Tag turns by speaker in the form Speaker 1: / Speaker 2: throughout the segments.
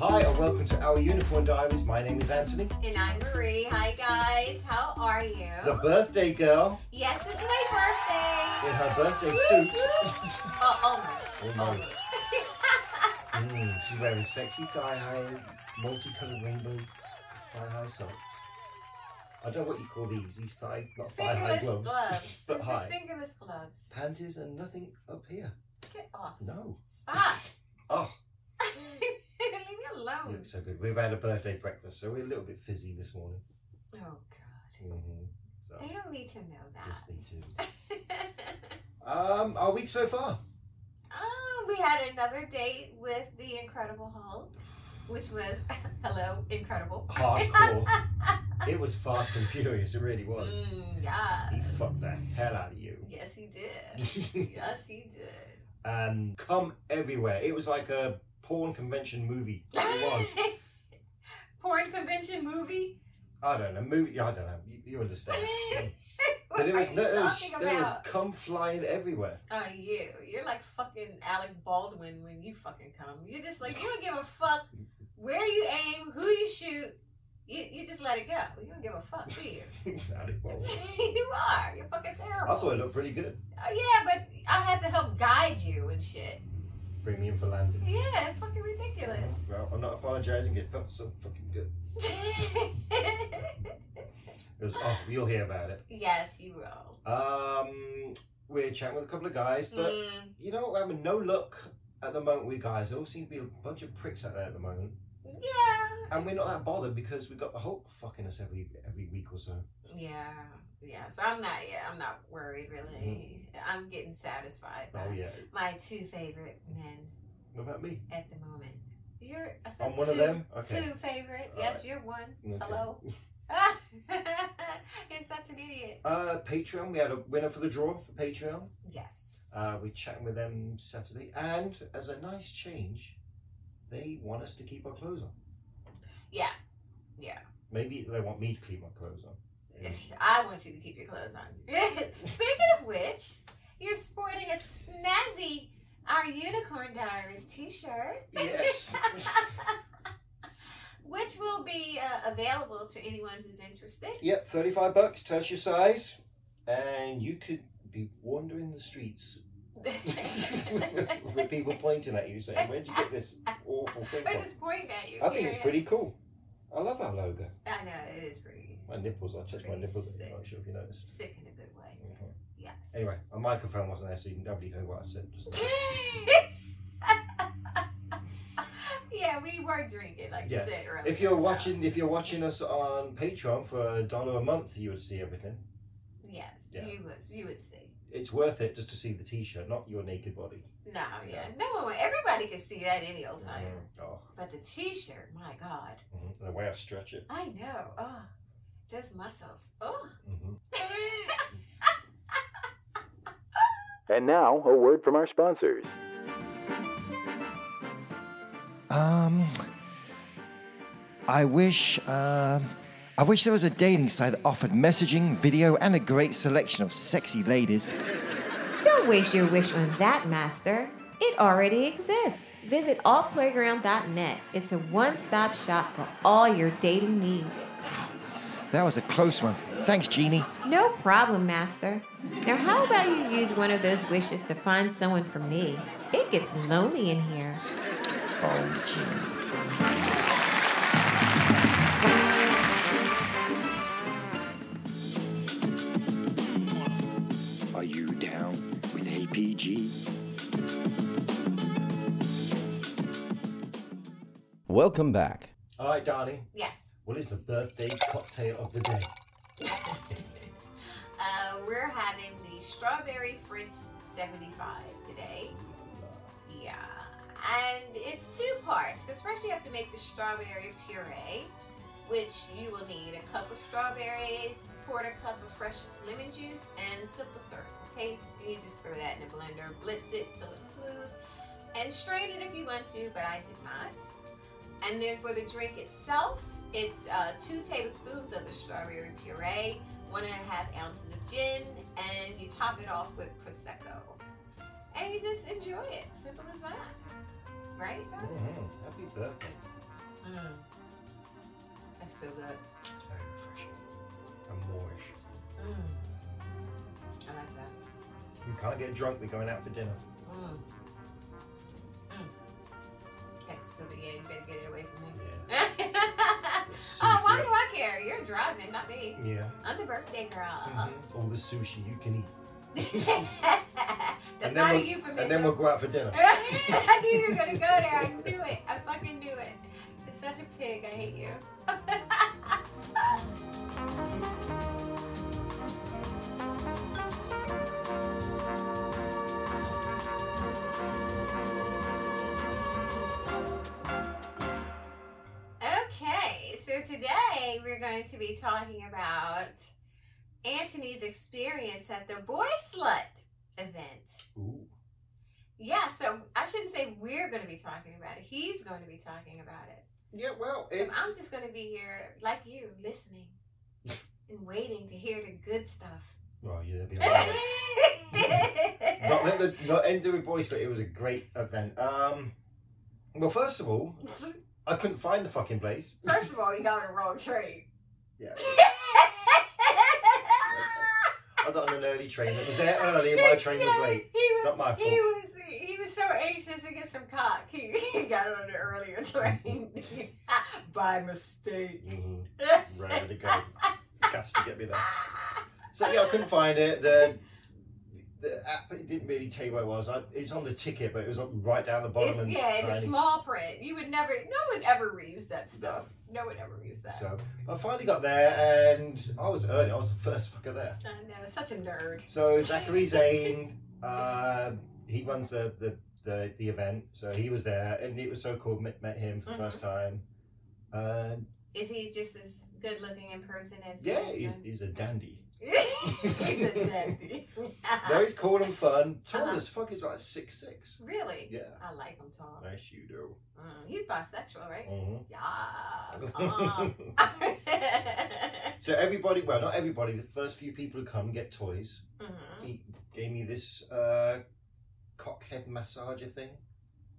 Speaker 1: welcome to Our Unicorn Diaries. My name is Anthony,
Speaker 2: And I'm Marie. Hi, guys. How are you?
Speaker 1: the birthday girl
Speaker 2: yes, it's my birthday.
Speaker 1: in her birthday suit.
Speaker 2: Oh, almost.
Speaker 1: Almost. Mm, she's wearing sexy thigh high, multicolored rainbow thigh high socks. I don't know what you call these, these thigh, not thigh high
Speaker 2: Fingerless
Speaker 1: gloves,
Speaker 2: gloves. They're
Speaker 1: but high.
Speaker 2: Just fingerless gloves.
Speaker 1: Panties and nothing up here.
Speaker 2: Get off.
Speaker 1: No.
Speaker 2: Stop.
Speaker 1: Oh,
Speaker 2: Leave me
Speaker 1: you
Speaker 2: alone.
Speaker 1: look so good. We've had a birthday breakfast, so we're a little bit fizzy this morning.
Speaker 2: Oh, God.
Speaker 1: Mm-hmm. So,
Speaker 2: They don't need to know
Speaker 1: just
Speaker 2: that.
Speaker 1: need to. Um, our week so far.
Speaker 2: oh, we had another date with the Incredible Hulk, which was, hello, incredible.
Speaker 1: hardcore. it was fast and furious. It really was.
Speaker 2: Mm, yeah.
Speaker 1: He fucked the hell out of you.
Speaker 2: Yes, he did. yes, he did.
Speaker 1: and Um, come everywhere. It was like a porn convention movie. It was.
Speaker 2: Porn convention movie?
Speaker 1: I don't know. Movie. I don't know. You, you understand.
Speaker 2: what
Speaker 1: it was,
Speaker 2: are you
Speaker 1: no- there was-
Speaker 2: talking
Speaker 1: there was
Speaker 2: about?
Speaker 1: cum flying everywhere.
Speaker 2: Oh, you. You're like fucking Alec Baldwin when you fucking come. You're just like, you don't give a fuck where you aim, who you shoot. You, you just let it go. You don't give a fuck, do you?
Speaker 1: That it was.
Speaker 2: you are. You're fucking
Speaker 1: I
Speaker 2: terrible.
Speaker 1: thought it looked pretty good.
Speaker 2: Oh, yeah, but I had to help guide you and shit.
Speaker 1: Bring me in for landing.
Speaker 2: Yeah, it's fucking ridiculous.
Speaker 1: Well, I'm not apologising. It felt so fucking good. It was. Oh, you'll hear about it.
Speaker 2: yes, you will.
Speaker 1: Um, we're chatting with a couple of guys, but
Speaker 2: Mm.
Speaker 1: You know, I mean, no luck at the moment, we guys. There all seem to be a bunch of pricks out there at the moment.
Speaker 2: Yeah.
Speaker 1: And we're not that bothered because we've got the Hulk fucking us every every week or so.
Speaker 2: Yeah. Yeah. So I'm not. Yeah, I'm not worried really. I'm getting satisfied by
Speaker 1: Mm-hmm. Oh, yeah.
Speaker 2: my two favorite men
Speaker 1: What about me?
Speaker 2: at the moment. You're. I said
Speaker 1: I'm one
Speaker 2: two,
Speaker 1: of them? Okay.
Speaker 2: Two favorite.
Speaker 1: All
Speaker 2: yes,
Speaker 1: right.
Speaker 2: you're one.
Speaker 1: okay.
Speaker 2: Hello. You're such an idiot.
Speaker 1: Uh, Patreon, we had a winner for the draw for Patreon.
Speaker 2: Yes.
Speaker 1: Uh, we're chatting with them Saturday. And as a nice change, they want us to keep our clothes on.
Speaker 2: Yeah. Yeah.
Speaker 1: Maybe they want me to keep my clothes on.
Speaker 2: I want you to keep your clothes on. Speaking of which, you're sporting a snazzy Our Unicorn Diaries t-shirt.
Speaker 1: Yes.
Speaker 2: which will be uh, available to anyone who's interested.
Speaker 1: Yep, 35 bucks, tell us your size. And you could be wandering the streets with people pointing at you saying, Where'd you get this awful thing
Speaker 2: I
Speaker 1: from?
Speaker 2: just pointing at you.
Speaker 1: I think
Speaker 2: period.
Speaker 1: it's pretty cool. I love our logo.
Speaker 2: I know it is pretty
Speaker 1: My nipples, I touched my
Speaker 2: Pretty
Speaker 1: nipples.
Speaker 2: sick.
Speaker 1: I'm not sure if you noticed.
Speaker 2: sick in a good way.
Speaker 1: Mhm.
Speaker 2: Yes.
Speaker 1: Anyway, my microphone wasn't there, so you nobody heard what I said. just now.
Speaker 2: yeah, we were drinking, like
Speaker 1: Yes.
Speaker 2: you said earlier.
Speaker 1: If you're
Speaker 2: so-
Speaker 1: watching, if you're watching us on Patreon for a dollar a month, you would see everything.
Speaker 2: yes,
Speaker 1: Yeah.
Speaker 2: you would, you would see.
Speaker 1: It's worth it just to see the T-shirt, not your naked body.
Speaker 2: No, yeah, no one. would- Everybody could see that any old time.
Speaker 1: Mhm.
Speaker 3: Mm-hmm.
Speaker 1: Oh,
Speaker 2: But the T-shirt, my God,
Speaker 1: mhm. the way I stretch it.
Speaker 2: I know. Oh, those muscles. Oh.
Speaker 1: hmm
Speaker 4: And now, a word from our sponsors.
Speaker 1: Um, I wish, uh, I wish there was a dating site that offered messaging, video, and a great selection of sexy ladies.
Speaker 3: Don't waste your wish on that, Master. It already exists. Visit allplayground.net. It's a one stop shop for all your dating needs.
Speaker 1: That was a close one. Thanks, Jeannie.
Speaker 3: No problem, Master. Now, how about you use one of those wishes to find someone for me? It gets lonely in here.
Speaker 1: Oh, Jeannie.
Speaker 5: Are you down with APG?
Speaker 4: Welcome back.
Speaker 1: All right, darling.
Speaker 2: yes.
Speaker 1: What is the birthday cocktail of the day?
Speaker 2: Uh, we're having the strawberry French 75 today. Yeah. And it's two parts because first you have to make the strawberry puree, which you will need a cup of strawberries, quarter cup of fresh lemon juice, and simple syrup to taste. You just throw that in a blender, blitz it till it's smooth, and strain it if you want to, but I did not. And then for the drink itself, it's uh, two tablespoons of the strawberry puree, one and a half ounces of gin, and you top it off with prosecco. And you just enjoy it. Simple as that. Right?
Speaker 1: Mhm. Happy Mm-hmm. birthday.
Speaker 2: Mm. That's so good.
Speaker 1: It's very refreshing. And moorish.
Speaker 2: Mm. I like that.
Speaker 1: We can't get drunk, we're going out for dinner.
Speaker 2: Mm. Mm. Yes, so but yeah, you better get it away from me.
Speaker 1: Yeah.
Speaker 2: oh, why do I care? You're driving, not me.
Speaker 1: Yeah.
Speaker 2: I'm the birthday girl.
Speaker 1: Mhm. All the sushi you can eat.
Speaker 2: That's
Speaker 1: Mm-hmm. And then
Speaker 2: not a
Speaker 1: we'll-
Speaker 2: euphemism.
Speaker 1: And then we'll go out for dinner.
Speaker 2: I knew you were gonna go there. I knew it. I fucking knew it. It's such a pig. I hate you. okay, so today we're going to be talking about Anthony's experience at the Boy Slut event.
Speaker 1: Ooh.
Speaker 2: Yeah, so I shouldn't say we're going to be talking about it. He's going to be talking about it.
Speaker 1: Yeah, well,
Speaker 2: 'Cause
Speaker 1: it's.
Speaker 2: I'm just going to be here, like you, listening and waiting to hear the good stuff.
Speaker 1: Well, yeah, that'd be lovely. not let
Speaker 2: Not
Speaker 1: the not end it with boys. It was a great event. Um, well, first of all, I couldn't find the fucking place.
Speaker 2: First of all, you got on the wrong train.
Speaker 1: Yeah, I got on an early train that was there early, and my train was late.
Speaker 2: He was,
Speaker 1: Not my
Speaker 2: He
Speaker 1: fault.
Speaker 2: was, he was so anxious to get some cock. He, he got on the earlier train by mistake.
Speaker 1: Mhm, Ready to go. Gas to get me there. So yeah, I couldn't find it. The the app it didn't really tell you where it was. I, it's on the ticket, but it was on, right down the bottom
Speaker 2: It's,
Speaker 1: and
Speaker 2: yeah, in a
Speaker 1: tiny.
Speaker 2: small print. You would never. No one ever reads that stuff. No one ever reads that.
Speaker 1: So I finally got there, and I was early. I was the first fucker there.
Speaker 2: I know, such a nerd.
Speaker 1: So Zachary Zane, uh, he runs the, the, the, the event, so he was there, and it was so cool. Met, met him for the first time. Uh,
Speaker 2: Is he just as good looking in person as?
Speaker 1: yeah,
Speaker 2: he
Speaker 1: he's,
Speaker 2: is
Speaker 1: he's a dandy.
Speaker 2: on- he's a dandy.
Speaker 1: Very cool and fun. Tall
Speaker 2: Uh-huh.
Speaker 1: as fuck. He's like six six.
Speaker 2: really?
Speaker 1: Yeah.
Speaker 2: I like him, Tom.
Speaker 1: Nice you do.
Speaker 2: Mm, he's bisexual, right?
Speaker 1: Mhm.
Speaker 2: Yes, Mm-hmm. Tom.
Speaker 1: so everybody, well, not everybody. The first few people who come get toys.
Speaker 2: Mhm.
Speaker 1: He gave me this uh, cockhead massager thing.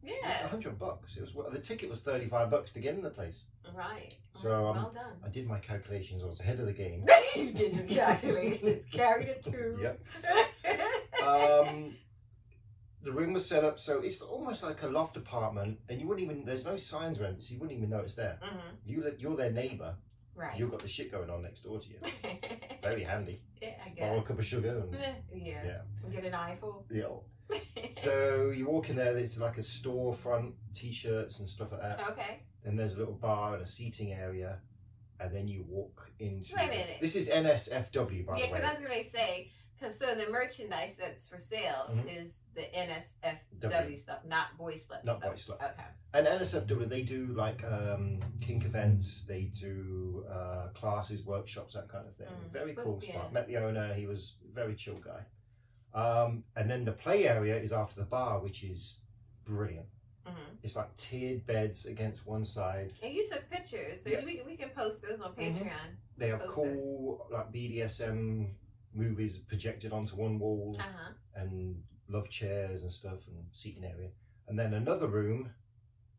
Speaker 1: It was
Speaker 2: Yeah.
Speaker 1: a hundred bucks. It was wor- the ticket was thirty five bucks to get in the place.
Speaker 2: Right.
Speaker 1: So, um,
Speaker 2: well done.
Speaker 1: I did my calculations. I was ahead of the game.
Speaker 2: you did your calculations. Carried a two.
Speaker 1: Yep. um, the room was set up so it's almost like a loft apartment, and you wouldn't even there's no signs around it, so you wouldn't even know it's there.
Speaker 2: Mhm.
Speaker 1: You li- you're their neighbour.
Speaker 2: Right.
Speaker 1: You've got the shit going on next door to you. Very handy.
Speaker 2: yeah, I
Speaker 1: Or a
Speaker 2: guess.
Speaker 1: cup of sugar. And,
Speaker 2: Eh, yeah.
Speaker 1: yeah.
Speaker 2: Get an eyeful.
Speaker 1: yeah. So you walk in there. There's like a storefront, t-shirts and stuff like that.
Speaker 2: okay.
Speaker 1: Then there's a little bar and a seating area, and then you walk into.
Speaker 2: Wait a minute.
Speaker 1: This is NSFW by
Speaker 2: Yeah,
Speaker 1: the way.
Speaker 2: because that's what they say. Because so the merchandise that's for sale
Speaker 1: Mhm.
Speaker 2: is the NSFW
Speaker 1: W.
Speaker 2: stuff, not boy slut
Speaker 1: Not
Speaker 2: stuff.
Speaker 1: boy slut.
Speaker 2: Okay.
Speaker 1: And NSFW, they do like um, kink events, they do uh, classes, workshops, that kind of thing.
Speaker 2: Mm.
Speaker 1: Very
Speaker 2: But-
Speaker 1: cool
Speaker 2: yeah.
Speaker 1: spot. Met the owner, he was a very chill guy. Um, and then the play area is after the bar, which is brilliant.
Speaker 2: hmm
Speaker 1: It's like tiered beds against one side.
Speaker 2: And you took pictures, so
Speaker 1: Yeah.
Speaker 2: we, we can post those on Patreon.
Speaker 1: Mhm. They have
Speaker 2: Posters.
Speaker 1: cool like BDSM movies projected onto one wall
Speaker 2: Uh huh.
Speaker 1: and love chairs and stuff and seating area. And then another room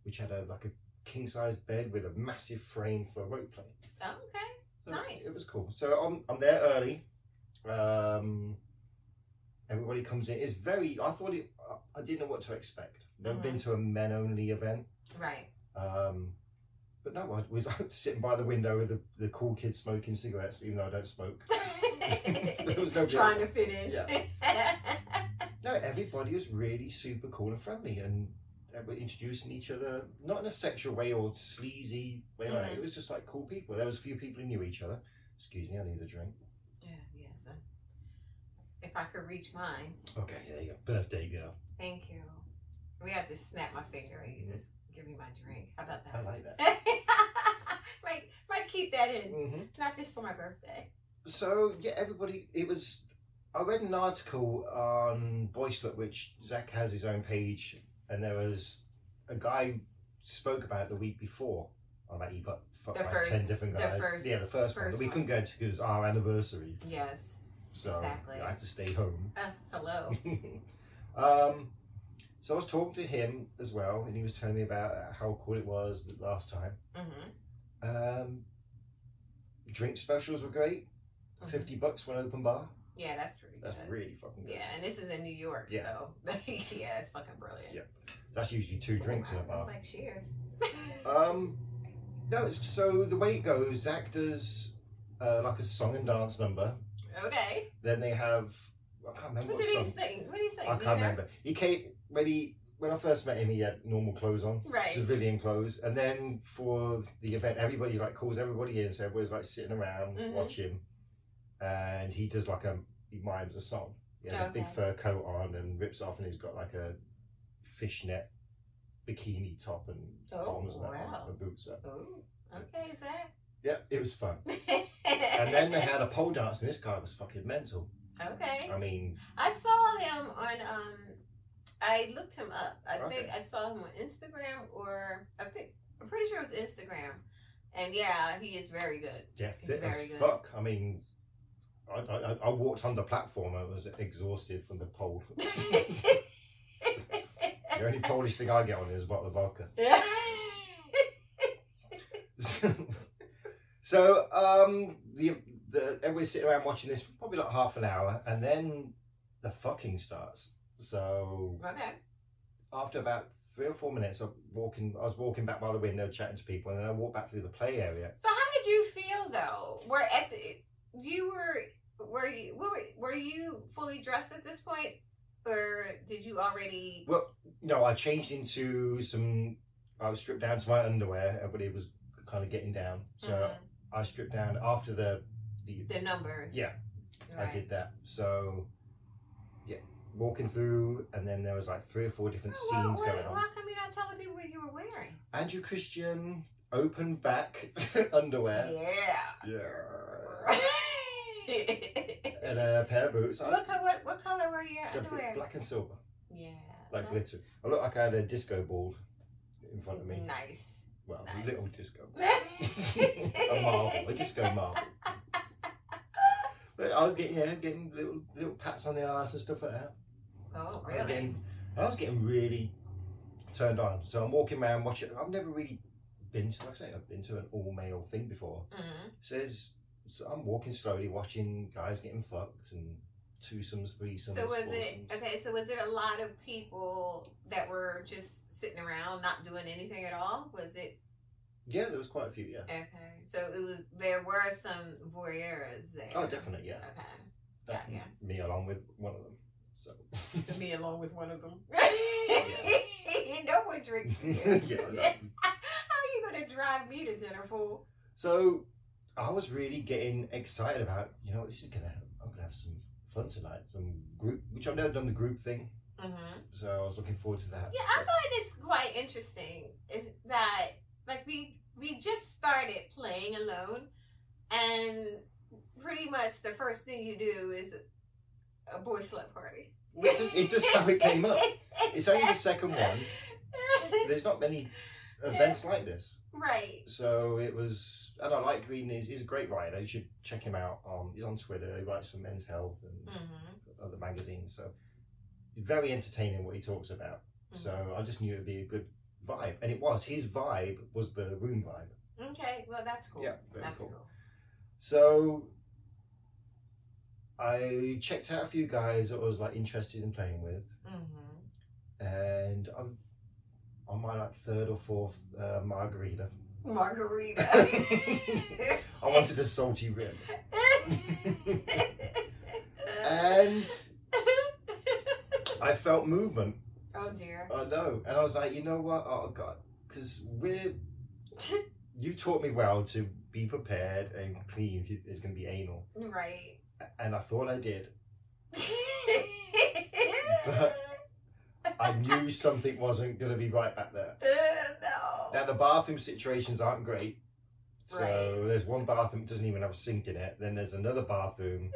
Speaker 1: which had a like a king sized bed with a massive frame for a rope play.
Speaker 2: okay.
Speaker 1: So
Speaker 2: Nice.
Speaker 1: It was cool. So I'm, I'm there early. Um, everybody comes in. It's very. I thought it. I- I didn't know what to expect. Never been to a men only event.
Speaker 2: Right.
Speaker 1: Um, but no, I was sitting by the window with the, the cool kids smoking cigarettes, even though I don't smoke. There was no
Speaker 2: Trying to fit in.
Speaker 1: No, everybody was really super cool and friendly, and everybody introducing each other, not in a sexual way or sleazy way. like,
Speaker 2: Mhm.
Speaker 1: It was just like cool people. There was a few people who knew each other. Excuse me, I need a drink.
Speaker 2: yeah. Yeah. So if I could reach mine,
Speaker 1: Okay, there you go. Birthday girl.
Speaker 2: thank you. We have to snap my finger and you just give me my drink. How about that?
Speaker 1: I like that.
Speaker 2: might might keep that in.
Speaker 1: hmm
Speaker 2: Not just for my birthday.
Speaker 1: So yeah, everybody. It was. I read an article on Boyslet, which Zach has his own page, and there was a guy spoke about it the week before. I bet he got fucked
Speaker 2: The
Speaker 1: by
Speaker 2: first-
Speaker 1: ten different
Speaker 2: the
Speaker 1: guys.
Speaker 2: first-
Speaker 1: yeah, the first, one
Speaker 2: first
Speaker 1: that we
Speaker 2: one.
Speaker 1: couldn't go to because it was our anniversary.
Speaker 2: Yes.
Speaker 1: So
Speaker 2: Exactly.
Speaker 1: I had to stay home.
Speaker 2: Uh, hello.
Speaker 1: um, So I was talking to him as well, and he was telling me about how cool it was last time.
Speaker 2: Mm-hmm.
Speaker 1: Um, drink specials were great. Fifty bucks for an open bar.
Speaker 2: Yeah, that's really
Speaker 1: That's
Speaker 2: Mm-hmm. good.
Speaker 1: really fucking good.
Speaker 2: Yeah, and this is in New York,
Speaker 1: Yeah.
Speaker 2: so yeah, it's fucking brilliant.
Speaker 1: Yeah. That's usually two
Speaker 2: Oh
Speaker 1: drinks in a bar.
Speaker 2: Like cheers.
Speaker 1: Um, no, it's, so the way it goes, Zach does uh, like a song and dance number.
Speaker 2: okay.
Speaker 1: Then they have I can't remember
Speaker 2: What
Speaker 1: what
Speaker 2: did he
Speaker 1: song.
Speaker 2: sing? What did he sing?
Speaker 1: I
Speaker 2: You
Speaker 1: can't
Speaker 2: know?
Speaker 1: remember. He came when he when I first met him. He had normal clothes on,
Speaker 2: Right.
Speaker 1: civilian clothes, and then for the event, everybody like calls everybody in, so everybody's like sitting around
Speaker 2: Mhm.
Speaker 1: watching, and he does like a he mimes a song. He has a big
Speaker 2: Okay.
Speaker 1: fur coat on and rips off, and he's got like a fishnet bikini top and
Speaker 2: Oh,
Speaker 1: arms and that on,
Speaker 2: wow.
Speaker 1: and boots up.
Speaker 2: Ooh. Okay, Zach.
Speaker 1: Yep, it was fun.
Speaker 2: and
Speaker 1: And then they had a pole dance, and this guy was fucking mental.
Speaker 2: Okay.
Speaker 1: I mean,
Speaker 2: I saw him on um I looked him up. I
Speaker 1: Okay.
Speaker 2: think I saw him on Instagram or I think I'm pretty sure it was Instagram. And yeah, he is very good.
Speaker 1: yeah,
Speaker 2: He's
Speaker 1: fit as
Speaker 2: very good.
Speaker 1: fuck. I mean, I, I, I walked on the platform and was exhausted from the pole. the only Polish thing I get on is a bottle of vodka. so um, the the everybody's sitting around watching this for probably like half an hour, and then the fucking starts. So
Speaker 2: okay.
Speaker 1: after about three or four minutes of walking, I was walking back by the window chatting to people, and then I walked back through the play area.
Speaker 2: So how did you feel though? Were at the, you were were you were, were you fully dressed at this point, or did you already?
Speaker 1: Well, no, I changed into some. I was stripped down to my underwear. Everybody was kind of getting down, so
Speaker 2: Mhm.
Speaker 1: I stripped down after the the
Speaker 2: the numbers.
Speaker 1: yeah.
Speaker 2: Right.
Speaker 1: I did that. So, yeah, walking through, and then there was like three or four different
Speaker 2: Oh, well,
Speaker 1: scenes
Speaker 2: well,
Speaker 1: going on.
Speaker 2: Why come you not telling me what you were wearing?
Speaker 1: Andrew Christian, open back underwear,
Speaker 2: Yeah.
Speaker 1: yeah, and a pair of boots. I-
Speaker 2: what, co- what, what color were your
Speaker 1: they're
Speaker 2: underwear? Uh-huh.
Speaker 1: black and silver,
Speaker 2: Yeah.
Speaker 1: like glitter. I looked like I had a disco ball in front of me.
Speaker 2: Nice.
Speaker 1: Well,
Speaker 2: Nice.
Speaker 1: a little disco. ball. a
Speaker 2: a
Speaker 1: marble, a disco marble. But I was getting, yeah, getting little little pats on the arse and stuff like that.
Speaker 2: Oh,
Speaker 1: I was
Speaker 2: really?
Speaker 1: getting, I was getting really turned on. So I'm walking around watching. I've never really been to, like I say, I've been to an all male thing before.
Speaker 2: hmm
Speaker 1: So, there's, so I'm walking slowly, watching guys getting fucked and twosomes, threesomes.
Speaker 2: So was it
Speaker 1: foursomes.
Speaker 2: okay? So was it a lot of people that were just sitting around, not doing anything at all? Was it
Speaker 1: Yeah, there was quite a few. Yeah,
Speaker 2: okay? So it was. There were some voyeurs there.
Speaker 1: Oh, definitely, yeah.
Speaker 2: Okay.
Speaker 1: That-
Speaker 2: yeah.
Speaker 1: Me along with one of them. So
Speaker 2: Me along with one of them. no one drinks. beer.
Speaker 1: yeah. I know.
Speaker 2: How you gonna drive me to dinner, fool?
Speaker 1: So I was really getting excited about, you know, this is gonna, I'm gonna have some fun tonight. Some group, which I've never done the group thing,
Speaker 2: Mm-hmm.
Speaker 1: so I was looking forward to that.
Speaker 2: Yeah, I find it's quite interesting is that like we we just started playing alone, and pretty much the first thing you do is a boy slut party.
Speaker 1: Well, it's just- it's just how it came up. It's only the second one. There's not many events like this,
Speaker 2: right.
Speaker 1: so it was. And I like Green. He's, he's a great writer. You should check him out. On he's on Twitter. He writes for Men's Health and
Speaker 2: Mm-hmm.
Speaker 1: other magazines. So very entertaining what he talks about.
Speaker 2: Mm.
Speaker 1: So I just knew it'd be a good vibe, and it was. His vibe was the room vibe.
Speaker 2: okay, well that's cool.
Speaker 1: Yeah, very
Speaker 2: that's
Speaker 1: cool.
Speaker 2: cool.
Speaker 1: So I checked out a few guys that I was like interested in playing with,
Speaker 2: Mm-hmm.
Speaker 1: and I'm on my like third or fourth uh, margarita.
Speaker 2: Margarita.
Speaker 1: I wanted a salty rim, and I felt movement.
Speaker 2: oh dear.
Speaker 1: I know, and I was like, you know what? Oh god, because we're you taught me well to be prepared and clean. If you- it's going to be anal,
Speaker 2: Right.
Speaker 1: and I thought I did. I knew something wasn't going to be right back there. Now
Speaker 2: no.
Speaker 1: the bathroom situations aren't great. So
Speaker 2: Right.
Speaker 1: there's one bathroom that doesn't even have a sink in it. Then there's another bathroom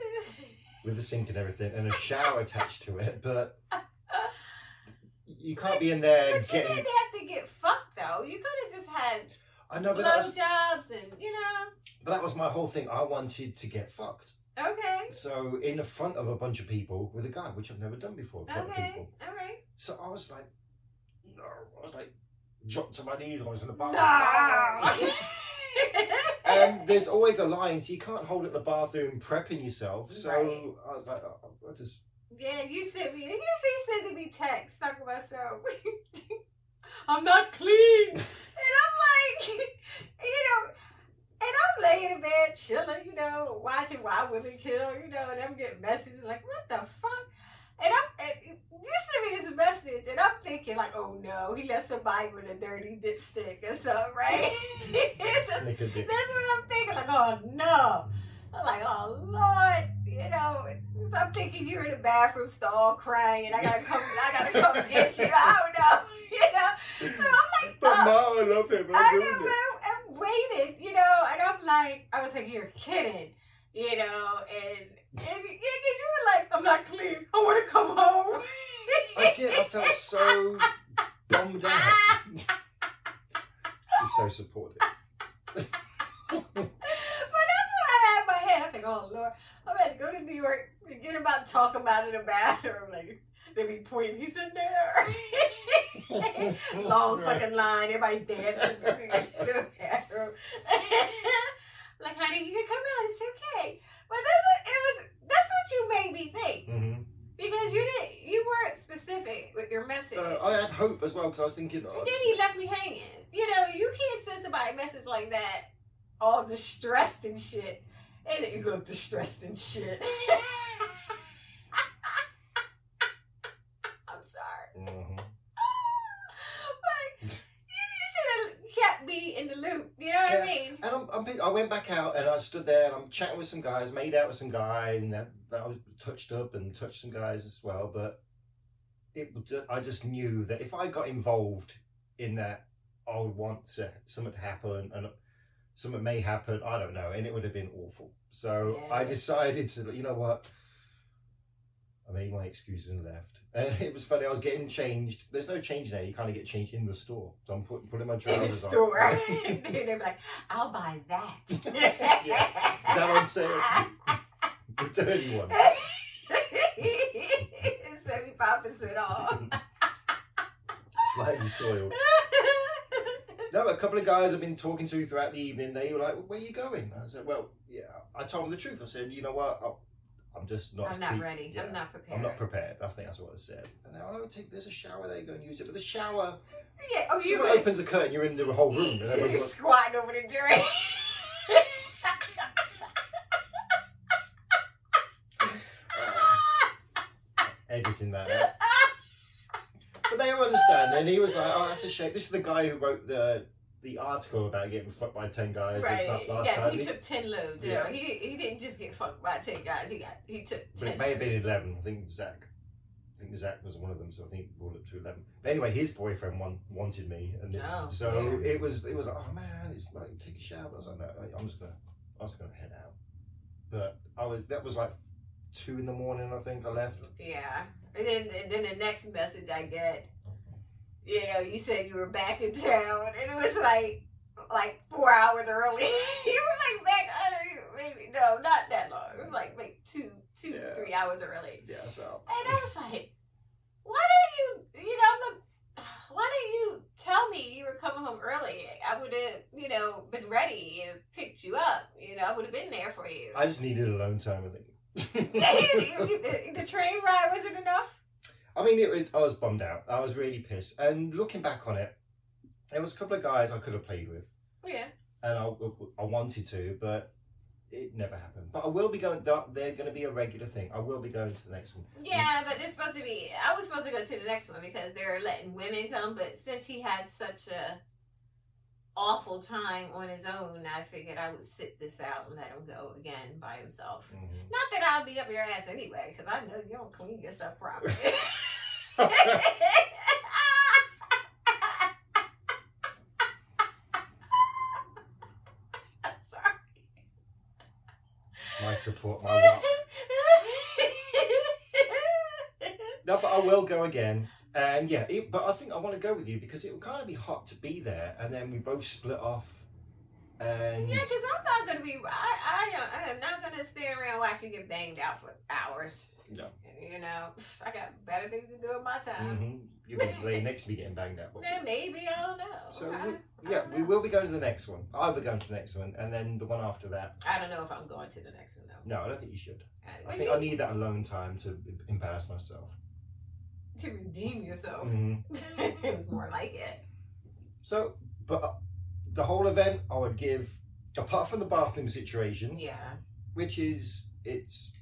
Speaker 1: with a sink and everything, and a shower attached to it. But you can't be in there
Speaker 2: But you
Speaker 1: getting.
Speaker 2: didn't have to get fucked though. You could have just had
Speaker 1: I know, but that was,
Speaker 2: blowjobs and you know.
Speaker 1: but that was my whole thing. I wanted to get fucked.
Speaker 2: Okay.
Speaker 1: So in the front of a bunch of people with a guy, which I've never done before. in front of
Speaker 2: Okay.
Speaker 1: people.
Speaker 2: All right.
Speaker 1: So I was like, no, I was like, dropped to my knees. I was in the
Speaker 2: No.
Speaker 1: bar. and there's always a line, so you can't hold at the bathroom prepping yourself. So
Speaker 2: Right.
Speaker 1: I was like, oh, I just
Speaker 2: yeah, you sent me. Yes, he sent me text talking about some. I'm not clean, and I'm like, you know, and I'm laying in bed chilling, you know, watching Why Women Kill, you know, and I'm getting messages like, what the fuck. And I'm and you sent me this message, and I'm thinking like, oh no, he left somebody with a dirty dipstick or something, right?
Speaker 1: snickered
Speaker 2: That's
Speaker 1: it.
Speaker 2: what I'm thinking. Like, oh no. I'm like, oh Lord, you know. So I'm thinking you're in the bathroom stall crying. I gotta come. I gotta come get you. I don't know. You know. So I'm like,
Speaker 1: But
Speaker 2: oh.
Speaker 1: no, I love him. I'm
Speaker 2: I
Speaker 1: doing
Speaker 2: know,
Speaker 1: it.
Speaker 2: but I'm, I'm waiting, you know, and I'm like, I was like, you're kidding, you know, and, and yeah, 'cause you were like, I'm not clean. I want to come home.
Speaker 1: I did. I felt so bummed out. She's so supportive.
Speaker 2: but that's what I had in my head. I think, oh Lord, I'm about to go to New York and get about talk about it in the bathroom. Like they be pointing, he's in there. Long fucking line, everybody dancing in the bathroom. like, honey, you can come out, it's okay. But that's what, it was that's what you made me think.
Speaker 1: Mhm.
Speaker 2: Because you didn't you weren't specific with your message.
Speaker 1: Uh, I had hope as well because I was thinking, oh,
Speaker 2: And then he left me hanging. You know, you can't send somebody a message like that, all distressed and shit. And he looked distressed and shit. I'm sorry.
Speaker 1: mhm.
Speaker 2: But you, you should have kept me in the loop. You know what I
Speaker 1: Yeah.
Speaker 2: mean?
Speaker 1: And I'm, I'm, bit- I went back out and I stood there and I'm chatting with some guys, made out with some guys, and that, that I was touched up and touched some guys as well. But it, would ju- I just knew that if I got involved in that, I would want to, something to happen and something may happen. I don't know, and it would have been awful. So I
Speaker 2: Yeah.
Speaker 1: decided to, you know what. I made my excuses and left. And it was funny. I was getting changed. There's no change now. You kind of get changed in the store. So I'm putting putting my
Speaker 2: In the
Speaker 1: trousers on.
Speaker 2: store. and they're like, I'll buy that.
Speaker 1: Yeah. Is that on sale? the dirty one.
Speaker 2: 75% off.
Speaker 1: Slightly soiled. No, a couple of guys I've been talking to throughout the evening, they were like, Where are you going? I said, Well, yeah. I told them the truth. I said, You know what? I'll, I'm just not.
Speaker 2: I'm not
Speaker 1: keep-
Speaker 2: ready.
Speaker 1: yeah,
Speaker 2: I'm not prepared.
Speaker 1: I'm not prepared. I think that's what I said. And they're like, Oh, take, there's a shower there. Go and use it. But the shower,
Speaker 2: yeah. Oh, you
Speaker 1: someone
Speaker 2: were-
Speaker 1: opens a curtain, you're in the whole room. And
Speaker 2: You're
Speaker 1: everyone's
Speaker 2: squatting over the drain.
Speaker 1: like, "Oh." editing that out. But they understand. And he was like, Oh, that's a shame. This is the guy who wrote the. The article about getting fucked by ten guys
Speaker 2: right.
Speaker 1: last
Speaker 2: Yeah,
Speaker 1: time.
Speaker 2: he took ten loads.
Speaker 1: Yeah.
Speaker 2: Yeah. He he didn't just get fucked by ten guys. He got he took
Speaker 1: But
Speaker 2: ten.
Speaker 1: it may have been eleven. I think Zach. I think Zach was one of them, so I think it brought up to eleven. But anyway, his boyfriend one, wanted me, and this,
Speaker 2: Oh,
Speaker 1: so it was. It was like, oh man, it's like take a shower. I was like, no, I- I'm just gonna, I was gonna head out. But I was. That was like two in the morning. I think I left.
Speaker 2: Yeah. And then and then the next message I get, you know, you said you were back in town, and it was like like four hours early. you were like back under maybe no, not that long. It was like like two two
Speaker 1: Yeah.
Speaker 2: three hours early.
Speaker 1: Yeah. So
Speaker 2: And I was like, why didn't you, you know, the, why didn't you tell me you were coming home early? I would have, you know, been ready and picked you up. You know, I would have been there for you.
Speaker 1: I just needed alone time. I think.
Speaker 2: the, the train ride wasn't enough.
Speaker 1: I mean, it was. I was bummed out. I was really pissed. And looking back on it, there was a couple of guys I could have played with.
Speaker 2: Yeah.
Speaker 1: and I, I wanted to, but it never happened. But I will be going. they're- They're going to be a regular thing. I will be going to the next one.
Speaker 2: Yeah, but they're supposed to be. I was supposed to go to the next one because they're letting women come. But since he had such a awful time on his own, I figured I would sit this out and let him go again by himself. Not that I'll be up your ass anyway, because I know you don't clean yourself properly. I'm sorry.
Speaker 1: My support, my love. No, but I will go again. And yeah, it, but I think I want to go with you because it would kind of be hot to be there, and then we both split off. and
Speaker 2: Yeah, because I'm not gonna be. I, I, I am not gonna stay around watch you get banged out for hours.
Speaker 1: No.
Speaker 2: You know, I got better things to do with my time.
Speaker 1: hmm you would lay next to me getting banged out.
Speaker 2: Then maybe I don't know.
Speaker 1: So
Speaker 2: I,
Speaker 1: we, yeah,
Speaker 2: I don't
Speaker 1: we
Speaker 2: know.
Speaker 1: will be going to the next one. I'll be going to the next one, and then the one after that.
Speaker 2: I don't know if I'm going to the next one though.
Speaker 1: No, I don't think you should.
Speaker 2: Uh,
Speaker 1: I
Speaker 2: when
Speaker 1: think
Speaker 2: you-
Speaker 1: I need that alone time to em- embarrass myself.
Speaker 2: to redeem yourself.
Speaker 1: Mhm.
Speaker 2: it was more like it.
Speaker 1: So, but uh, the whole event, I would give, apart from the bathroom situation,
Speaker 2: Yeah.
Speaker 1: which is it's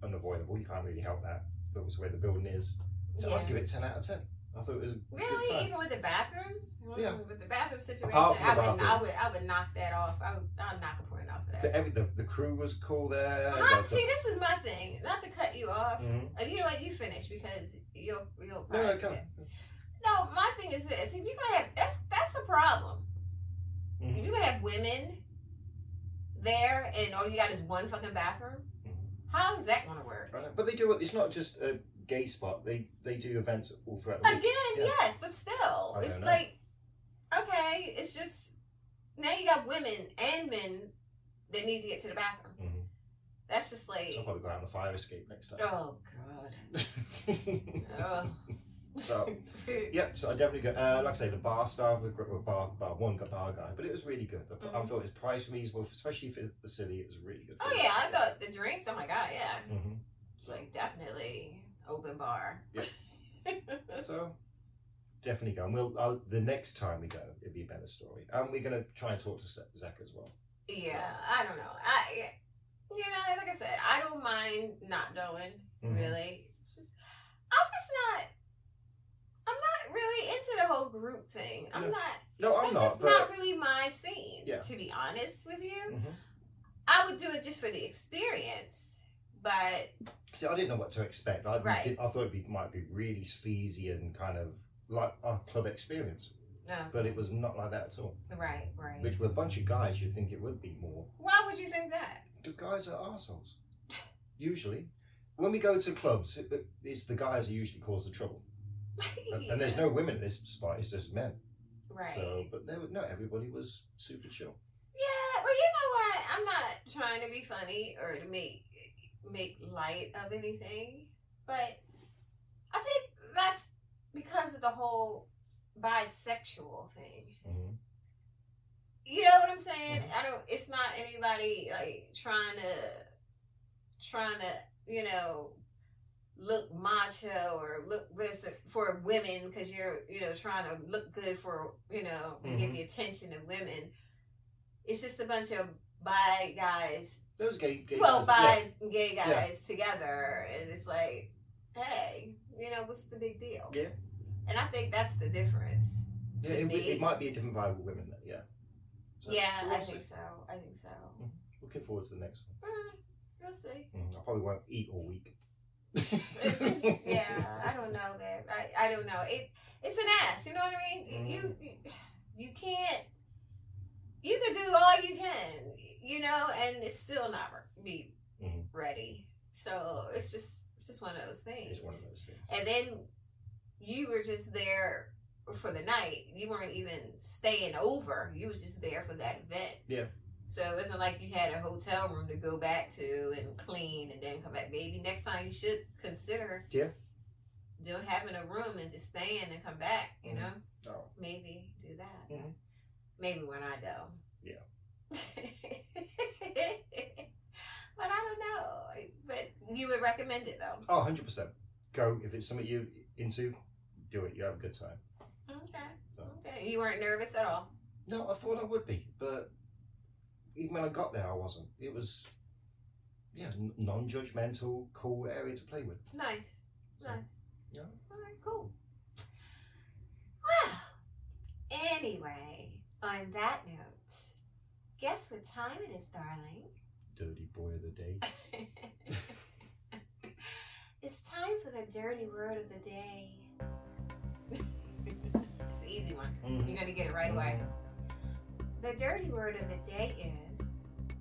Speaker 1: unavoidable. You can't really help that. That was where the building is. So
Speaker 2: yeah.
Speaker 1: I'd give it ten out of ten. I thought it was a good
Speaker 2: Really,
Speaker 1: time.
Speaker 2: even with the bathroom,
Speaker 1: Yeah.
Speaker 2: with the bathroom situation,
Speaker 1: Apart from
Speaker 2: I
Speaker 1: the
Speaker 2: would, I
Speaker 1: bathroom.
Speaker 2: would, I would knock that off. I would, I'll knock a point off of
Speaker 1: The,
Speaker 2: that.
Speaker 1: every, the, the crew was cool there.
Speaker 2: Uh-huh,
Speaker 1: the- the-
Speaker 2: see, this is my thing. Not to cut you off.
Speaker 1: Mhm.
Speaker 2: Uh, You know what? You finish because you'll, you'll.
Speaker 1: No, no,
Speaker 2: probably
Speaker 1: come
Speaker 2: forget. No, my thing is this: if you're gonna have that's that's a problem.
Speaker 1: Mhm.
Speaker 2: If you're gonna have women there and all you got is one fucking bathroom,
Speaker 1: Mhm.
Speaker 2: how is that gonna work?
Speaker 1: I know, But they do it. It's not just a gay spot. They they do events all throughout the
Speaker 2: Again,
Speaker 1: week. Yeah.
Speaker 2: yes, but still,
Speaker 1: I
Speaker 2: it's
Speaker 1: don't know.
Speaker 2: like okay, it's just now you got women and men that need to get to the bathroom.
Speaker 1: Mhm.
Speaker 2: That's just like
Speaker 1: I'll probably go out on the fire escape next time.
Speaker 2: oh god. Oh.
Speaker 1: So, Yep, so I definitely go. Uh, like I say, the bar staff were great, well, bar, bar one got bar guy, but it was really good. I, th- I
Speaker 2: Mhm.
Speaker 1: thought it was price reasonable, especially for the city. It was really good.
Speaker 2: Oh yeah, I thought the drinks. Oh my god, yeah,
Speaker 1: hmm
Speaker 2: like definitely open bar.
Speaker 1: Yep. So definitely go. And we'll I'll, the next time we go, it'll be a better story. And we're gonna try and talk to Sa- Zach as well.
Speaker 2: yeah, I don't know. I, you know, like I said, I don't mind not going.
Speaker 1: Mhm.
Speaker 2: Really, It's just- I'm just not. I'm not really into the whole group thing. I'm
Speaker 1: No.
Speaker 2: not.
Speaker 1: Oh, No, I'm
Speaker 2: That's
Speaker 1: not.
Speaker 2: just
Speaker 1: But
Speaker 2: not really my scene.
Speaker 1: Yeah.
Speaker 2: To be honest with you,
Speaker 1: Mhm.
Speaker 2: I would do it just for the experience. But
Speaker 1: see, I didn't know what to expect. I,
Speaker 2: Right.
Speaker 1: did, I thought it be, might be really sleazy and kind of like a club experience,
Speaker 2: no,
Speaker 1: but it was not like that at all.
Speaker 2: right, right.
Speaker 1: Which with a bunch of guys, you'd think it would be more.
Speaker 2: Why would you think that?
Speaker 1: Because guys are assholes. Usually. When we go to clubs, it- it- it's the guys who usually cause the trouble. And, and there's no women at this spot, it's just men.
Speaker 2: right.
Speaker 1: So, but there were, no, everybody was super chill.
Speaker 2: Yeah, well, you know what? I'm not trying to be funny or to make make light of anything, but I think that's because of the whole bisexual thing.
Speaker 1: Mhm.
Speaker 2: You know what I'm saying?
Speaker 1: Mm-hmm.
Speaker 2: I don't. It's not anybody like trying to trying to you know look macho or look this for women because you're you know trying to look good for you know to
Speaker 1: Mm-hmm.
Speaker 2: get the attention of women. It's just a bunch of bi guys,
Speaker 1: Those gay, gay
Speaker 2: well,
Speaker 1: guys, yeah.
Speaker 2: bi and gay
Speaker 1: Yeah.
Speaker 2: guys together, and it's like, hey, you know, what's the big deal?
Speaker 1: Yeah.
Speaker 2: And I think that's the difference.
Speaker 1: Yeah,
Speaker 2: to
Speaker 1: it, w-
Speaker 2: me.
Speaker 1: it might be a different vibe with women, though, yeah. So,
Speaker 2: yeah,
Speaker 1: we'll
Speaker 2: I
Speaker 1: see.
Speaker 2: think so. I think so.
Speaker 1: Looking forward to the next
Speaker 2: Mm, we'll see.
Speaker 1: one. Mm, I probably won't eat all week.
Speaker 2: It's just, yeah, I don't know that. I, I don't know. It it's an ass. You know what I mean? You
Speaker 1: Mm-hmm.
Speaker 2: you, you can't. You can do all you can, you know, and it's still not re- be
Speaker 1: Mhm.
Speaker 2: ready. So it's just it's just one of those things.
Speaker 1: It's one of those things.
Speaker 2: And then you were just there for the night. You weren't even staying over. You was just there for that event.
Speaker 1: Yeah.
Speaker 2: So it wasn't like you had a hotel room to go back to and clean and then come back. Maybe next time you should consider.
Speaker 1: Yeah.
Speaker 2: Doing having a room and just staying and come back. You
Speaker 1: Mhm.
Speaker 2: know,
Speaker 1: Oh,
Speaker 2: maybe do that.
Speaker 1: Mhm.
Speaker 2: Maybe when I go.
Speaker 1: Yeah.
Speaker 2: but I don't know. But you would recommend it though.
Speaker 1: oh 100%. Go. If it's something you're into, do it. You have a good time.
Speaker 2: Okay.
Speaker 1: So.
Speaker 2: Okay. You weren't nervous at all.
Speaker 1: No, I thought I would be, but even when I got there, I wasn't. It was, yeah, n- non-judgmental, cool area to play with.
Speaker 2: Nice. Nice.
Speaker 1: Yeah.
Speaker 2: All right, cool. Well, anyway, on that note, guess what time it is, darling?
Speaker 1: Dirty boy of the day.
Speaker 2: it's time for the dirty word of the day. it's an easy one. You're going to get it right away. The dirty word of the day is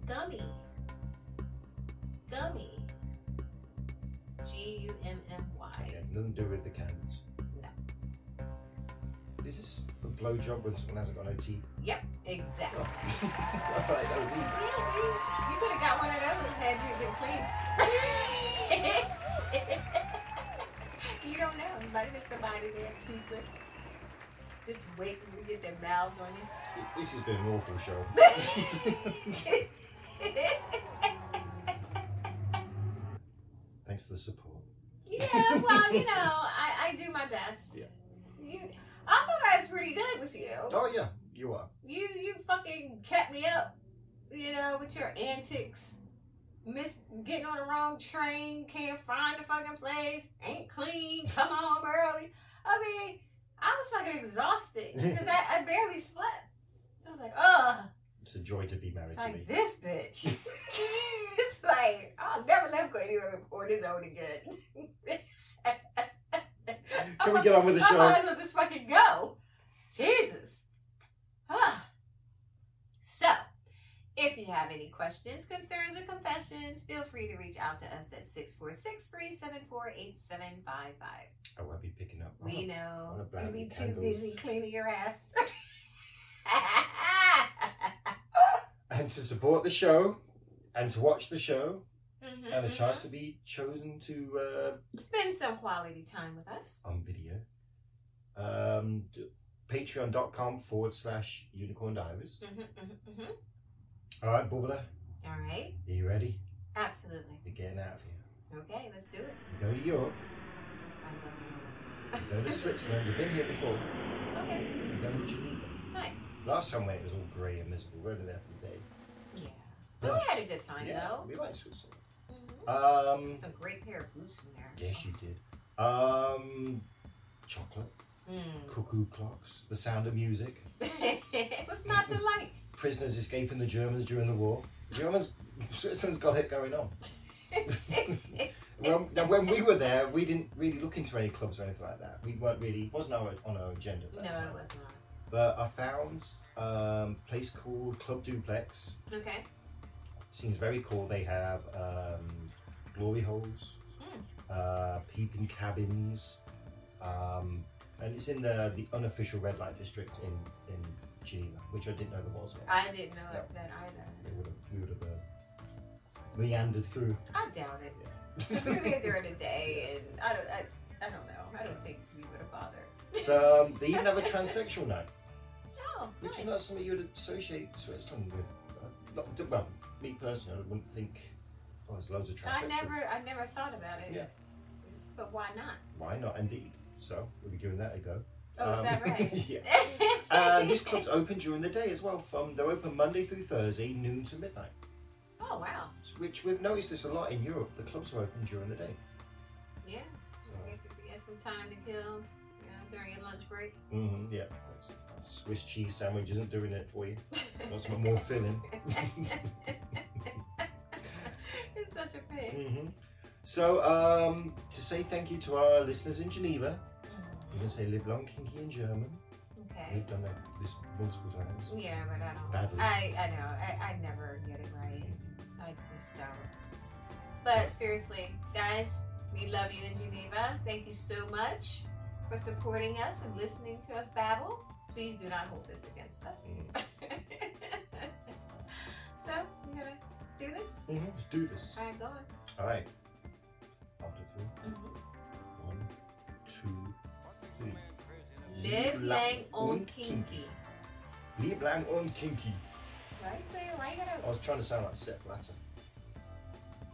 Speaker 2: gummy. Gummy. G U M M Y.
Speaker 1: Yeah, nothing to do with the cans.
Speaker 2: No.
Speaker 1: Is this a blowjob when someone hasn't got no teeth.
Speaker 2: Yep, exactly.
Speaker 1: Oh. Alright, that was easy.
Speaker 2: Yeah, see, you could have got one of those had you been clean. you don't know. You might have been somebody there, toothless, just waiting to get their mouths on you.
Speaker 1: This has been an awful show. Thanks for the support.
Speaker 2: yeah, well, you know, I, I do my best.
Speaker 1: Yeah.
Speaker 2: You, I thought I was pretty good with you.
Speaker 1: Oh yeah, you are.
Speaker 2: You you fucking kept me up, you know, with your antics. Miss getting on the wrong train, can't find the fucking place, ain't clean, come home early. I mean, I was fucking exhausted because I, I barely slept. I was like, ugh,
Speaker 1: It's a joy to be married to me.
Speaker 2: like this bitch. it's like, I'll never let him go anywhere on his own again.
Speaker 1: Can we get on with the
Speaker 2: I might
Speaker 1: show?
Speaker 2: as well just fucking go. Jesus. Ah. so, if you have any questions, concerns, or confessions, feel free to reach out to us at 646 374 8755.
Speaker 1: I won't be picking up. Oh.
Speaker 2: We
Speaker 1: what
Speaker 2: know
Speaker 1: about
Speaker 2: you'll be
Speaker 1: the
Speaker 2: too busy
Speaker 1: candles?
Speaker 2: cleaning your ass.
Speaker 1: And to support the show, and to watch the show, and a chance
Speaker 2: Mm-hmm.
Speaker 1: to be chosen to uh,
Speaker 2: Spend some quality time with us.
Speaker 1: on video. Um, d- Patreon.com forward slash Unicorn Divers.
Speaker 2: Mhm, mhm, mhm.
Speaker 1: All right, Bubbler,
Speaker 2: All right.
Speaker 1: are you ready?
Speaker 2: Absolutely.
Speaker 1: We're getting out of here.
Speaker 2: Okay, let's do it.
Speaker 1: We go to Europe.
Speaker 2: I love
Speaker 1: We go to Switzerland. We've been here before.
Speaker 2: you. Okay,
Speaker 1: We go to Geneva.
Speaker 2: nice.
Speaker 1: Last time when it was all grey and miserable, we were only there for a day.
Speaker 2: Yeah. But we had a good time
Speaker 1: yeah,
Speaker 2: though.
Speaker 1: we like Switzerland.
Speaker 2: Mhm.
Speaker 1: Um,
Speaker 2: Some great pair of boots from there.
Speaker 1: yes, you did. Um, chocolate,
Speaker 2: Mm.
Speaker 1: cuckoo clocks, the sound of music.
Speaker 2: it was not the light.
Speaker 1: prisoners escaping the Germans during the war. Germans, Switzerland's got it going on. well, now when we were there, we didn't really look into any clubs or anything like that. We weren't really wasn't our, on our agenda. at
Speaker 2: No,
Speaker 1: that
Speaker 2: it
Speaker 1: time.
Speaker 2: was not.
Speaker 1: But I found um, a place called Club Duplex.
Speaker 2: Okay.
Speaker 1: Seems very cool. They have um, glory holes,
Speaker 2: Hmm.
Speaker 1: uh, peeping cabins, um, and it's in the, the unofficial red light district in, in Geneva, which I didn't know there was.
Speaker 2: I didn't know
Speaker 1: No.
Speaker 2: that either.
Speaker 1: It would have, we would have uh, meandered through.
Speaker 2: I doubt it. If we were there during the day, and I don't, I, I don't know. I don't think we would have bothered.
Speaker 1: so um, they even have a transsexual night,
Speaker 2: Oh,
Speaker 1: which
Speaker 2: nice.
Speaker 1: is not something you would associate Switzerland with. Uh, not, d- well, me personally, I wouldn't think. Oh, there's loads of transsexuals.
Speaker 2: I never, I never thought about it.
Speaker 1: Yeah.
Speaker 2: It's- But why not?
Speaker 1: Why not? Indeed. So we'll be giving that a go.
Speaker 2: Oh,
Speaker 1: Um,
Speaker 2: is that right?
Speaker 1: yeah. And this club's open during the day as well. From they're open Monday through Thursday, noon to midnight.
Speaker 2: oh wow.
Speaker 1: Which we've noticed this a lot in Europe. The clubs are open during the day.
Speaker 2: Yeah. I guess if you got some time to kill, you know, during your lunch break.
Speaker 1: hmm yeah. Swiss cheese sandwich isn't doing it for you. Want some more filling?
Speaker 2: it's such a pig.
Speaker 1: hmm So, um, to say thank you to our listeners in Geneva, we're going to say live long kinky in German.
Speaker 2: Okay.
Speaker 1: We've done that this multiple times.
Speaker 2: Yeah, but I don't.
Speaker 1: Badly.
Speaker 2: I I know. I, I never get it right. I just don't. But seriously, guys, we love you in Geneva. Thank you so much for supporting us and listening to us babble. Please do not hold this against us. so we're gonna do this.
Speaker 1: Mhm, Let's do this.
Speaker 2: I'm going.
Speaker 1: All right. After three.
Speaker 2: Mhm.
Speaker 1: One, two, three.
Speaker 2: Live lang und kinky.
Speaker 1: Live lang und kinky.
Speaker 2: Why you say it like
Speaker 1: I was
Speaker 2: that?
Speaker 1: trying to sound like Sepp Blatter.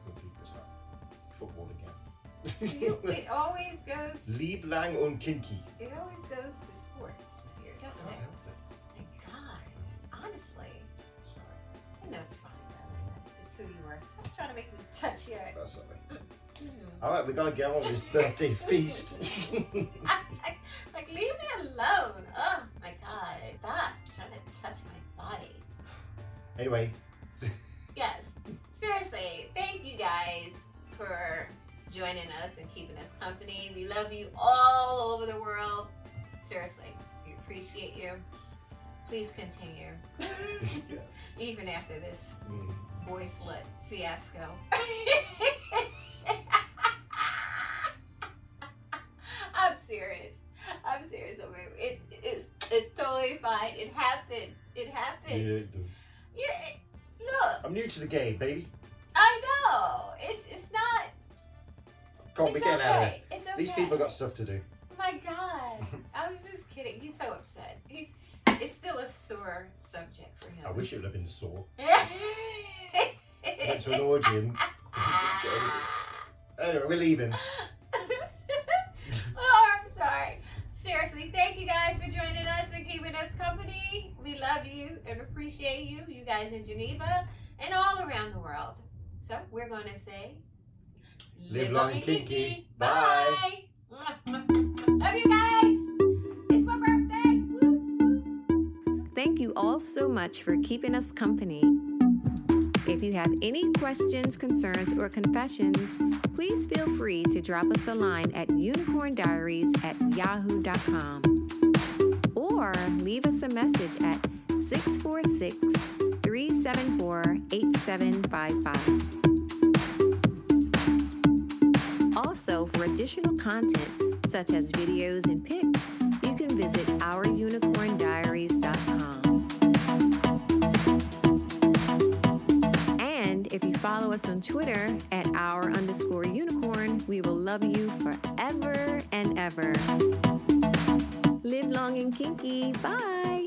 Speaker 1: From Fuga's Heart. Football
Speaker 2: You-
Speaker 1: again.
Speaker 2: It always goes.
Speaker 1: Lieb lang und kinky.
Speaker 2: It always goes to sports here, doesn't
Speaker 1: Can't
Speaker 2: it?
Speaker 1: help it.
Speaker 2: My God, honestly,
Speaker 1: Sorry.
Speaker 2: I know it's fine. though. It's who you are. Stop trying to make me touch you.
Speaker 1: That's all right. All right, we gotta get on with this birthday feast.
Speaker 2: like, leave me alone. Oh my God, stop trying to touch my body.
Speaker 1: anyway,
Speaker 2: Yes, seriously, thank you guys for joining us and keeping us company. We love you all over the world. Seriously, we appreciate you. Please continue,
Speaker 1: yeah.
Speaker 2: even after this.
Speaker 1: mm,
Speaker 2: boy slut fiasco. I'm serious. I'm serious over it. It is. It's totally fine. It happens. It happens. Yeah. it, look,
Speaker 1: I'm new to the game, baby.
Speaker 2: I know. It's it's not.
Speaker 1: Oh, Can't be
Speaker 2: it's
Speaker 1: getting out of
Speaker 2: okay.
Speaker 1: it.
Speaker 2: It's okay. Oh
Speaker 1: These people got stuff to do.
Speaker 2: My God, I was just kidding. He's so upset. He's. It's still a sore subject for him.
Speaker 1: I wish it would have been sore. I went to an
Speaker 2: Yeah.
Speaker 1: orgy and anyway, we're leaving.
Speaker 2: oh, I'm sorry. Seriously, thank you guys for joining us and keeping us company. We love you and appreciate you, you guys in Geneva and all around the world. So we're going to say,
Speaker 1: Live long and kinky. Bye.
Speaker 2: Bye. Love you guys. It's my birthday. Woo.
Speaker 6: Thank you all so much for keeping us company. If you have any questions, concerns, or confessions, please feel free to drop us a line at unicorndiaries at yahoo.com or leave us a message at 646 374 8755. Also, for additional content, such as videos and pics, you can visit ourunicorndiaries.com. And if you follow us on Twitter at our underscore unicorn, we will love you forever and ever. Live long and kinky. Bye.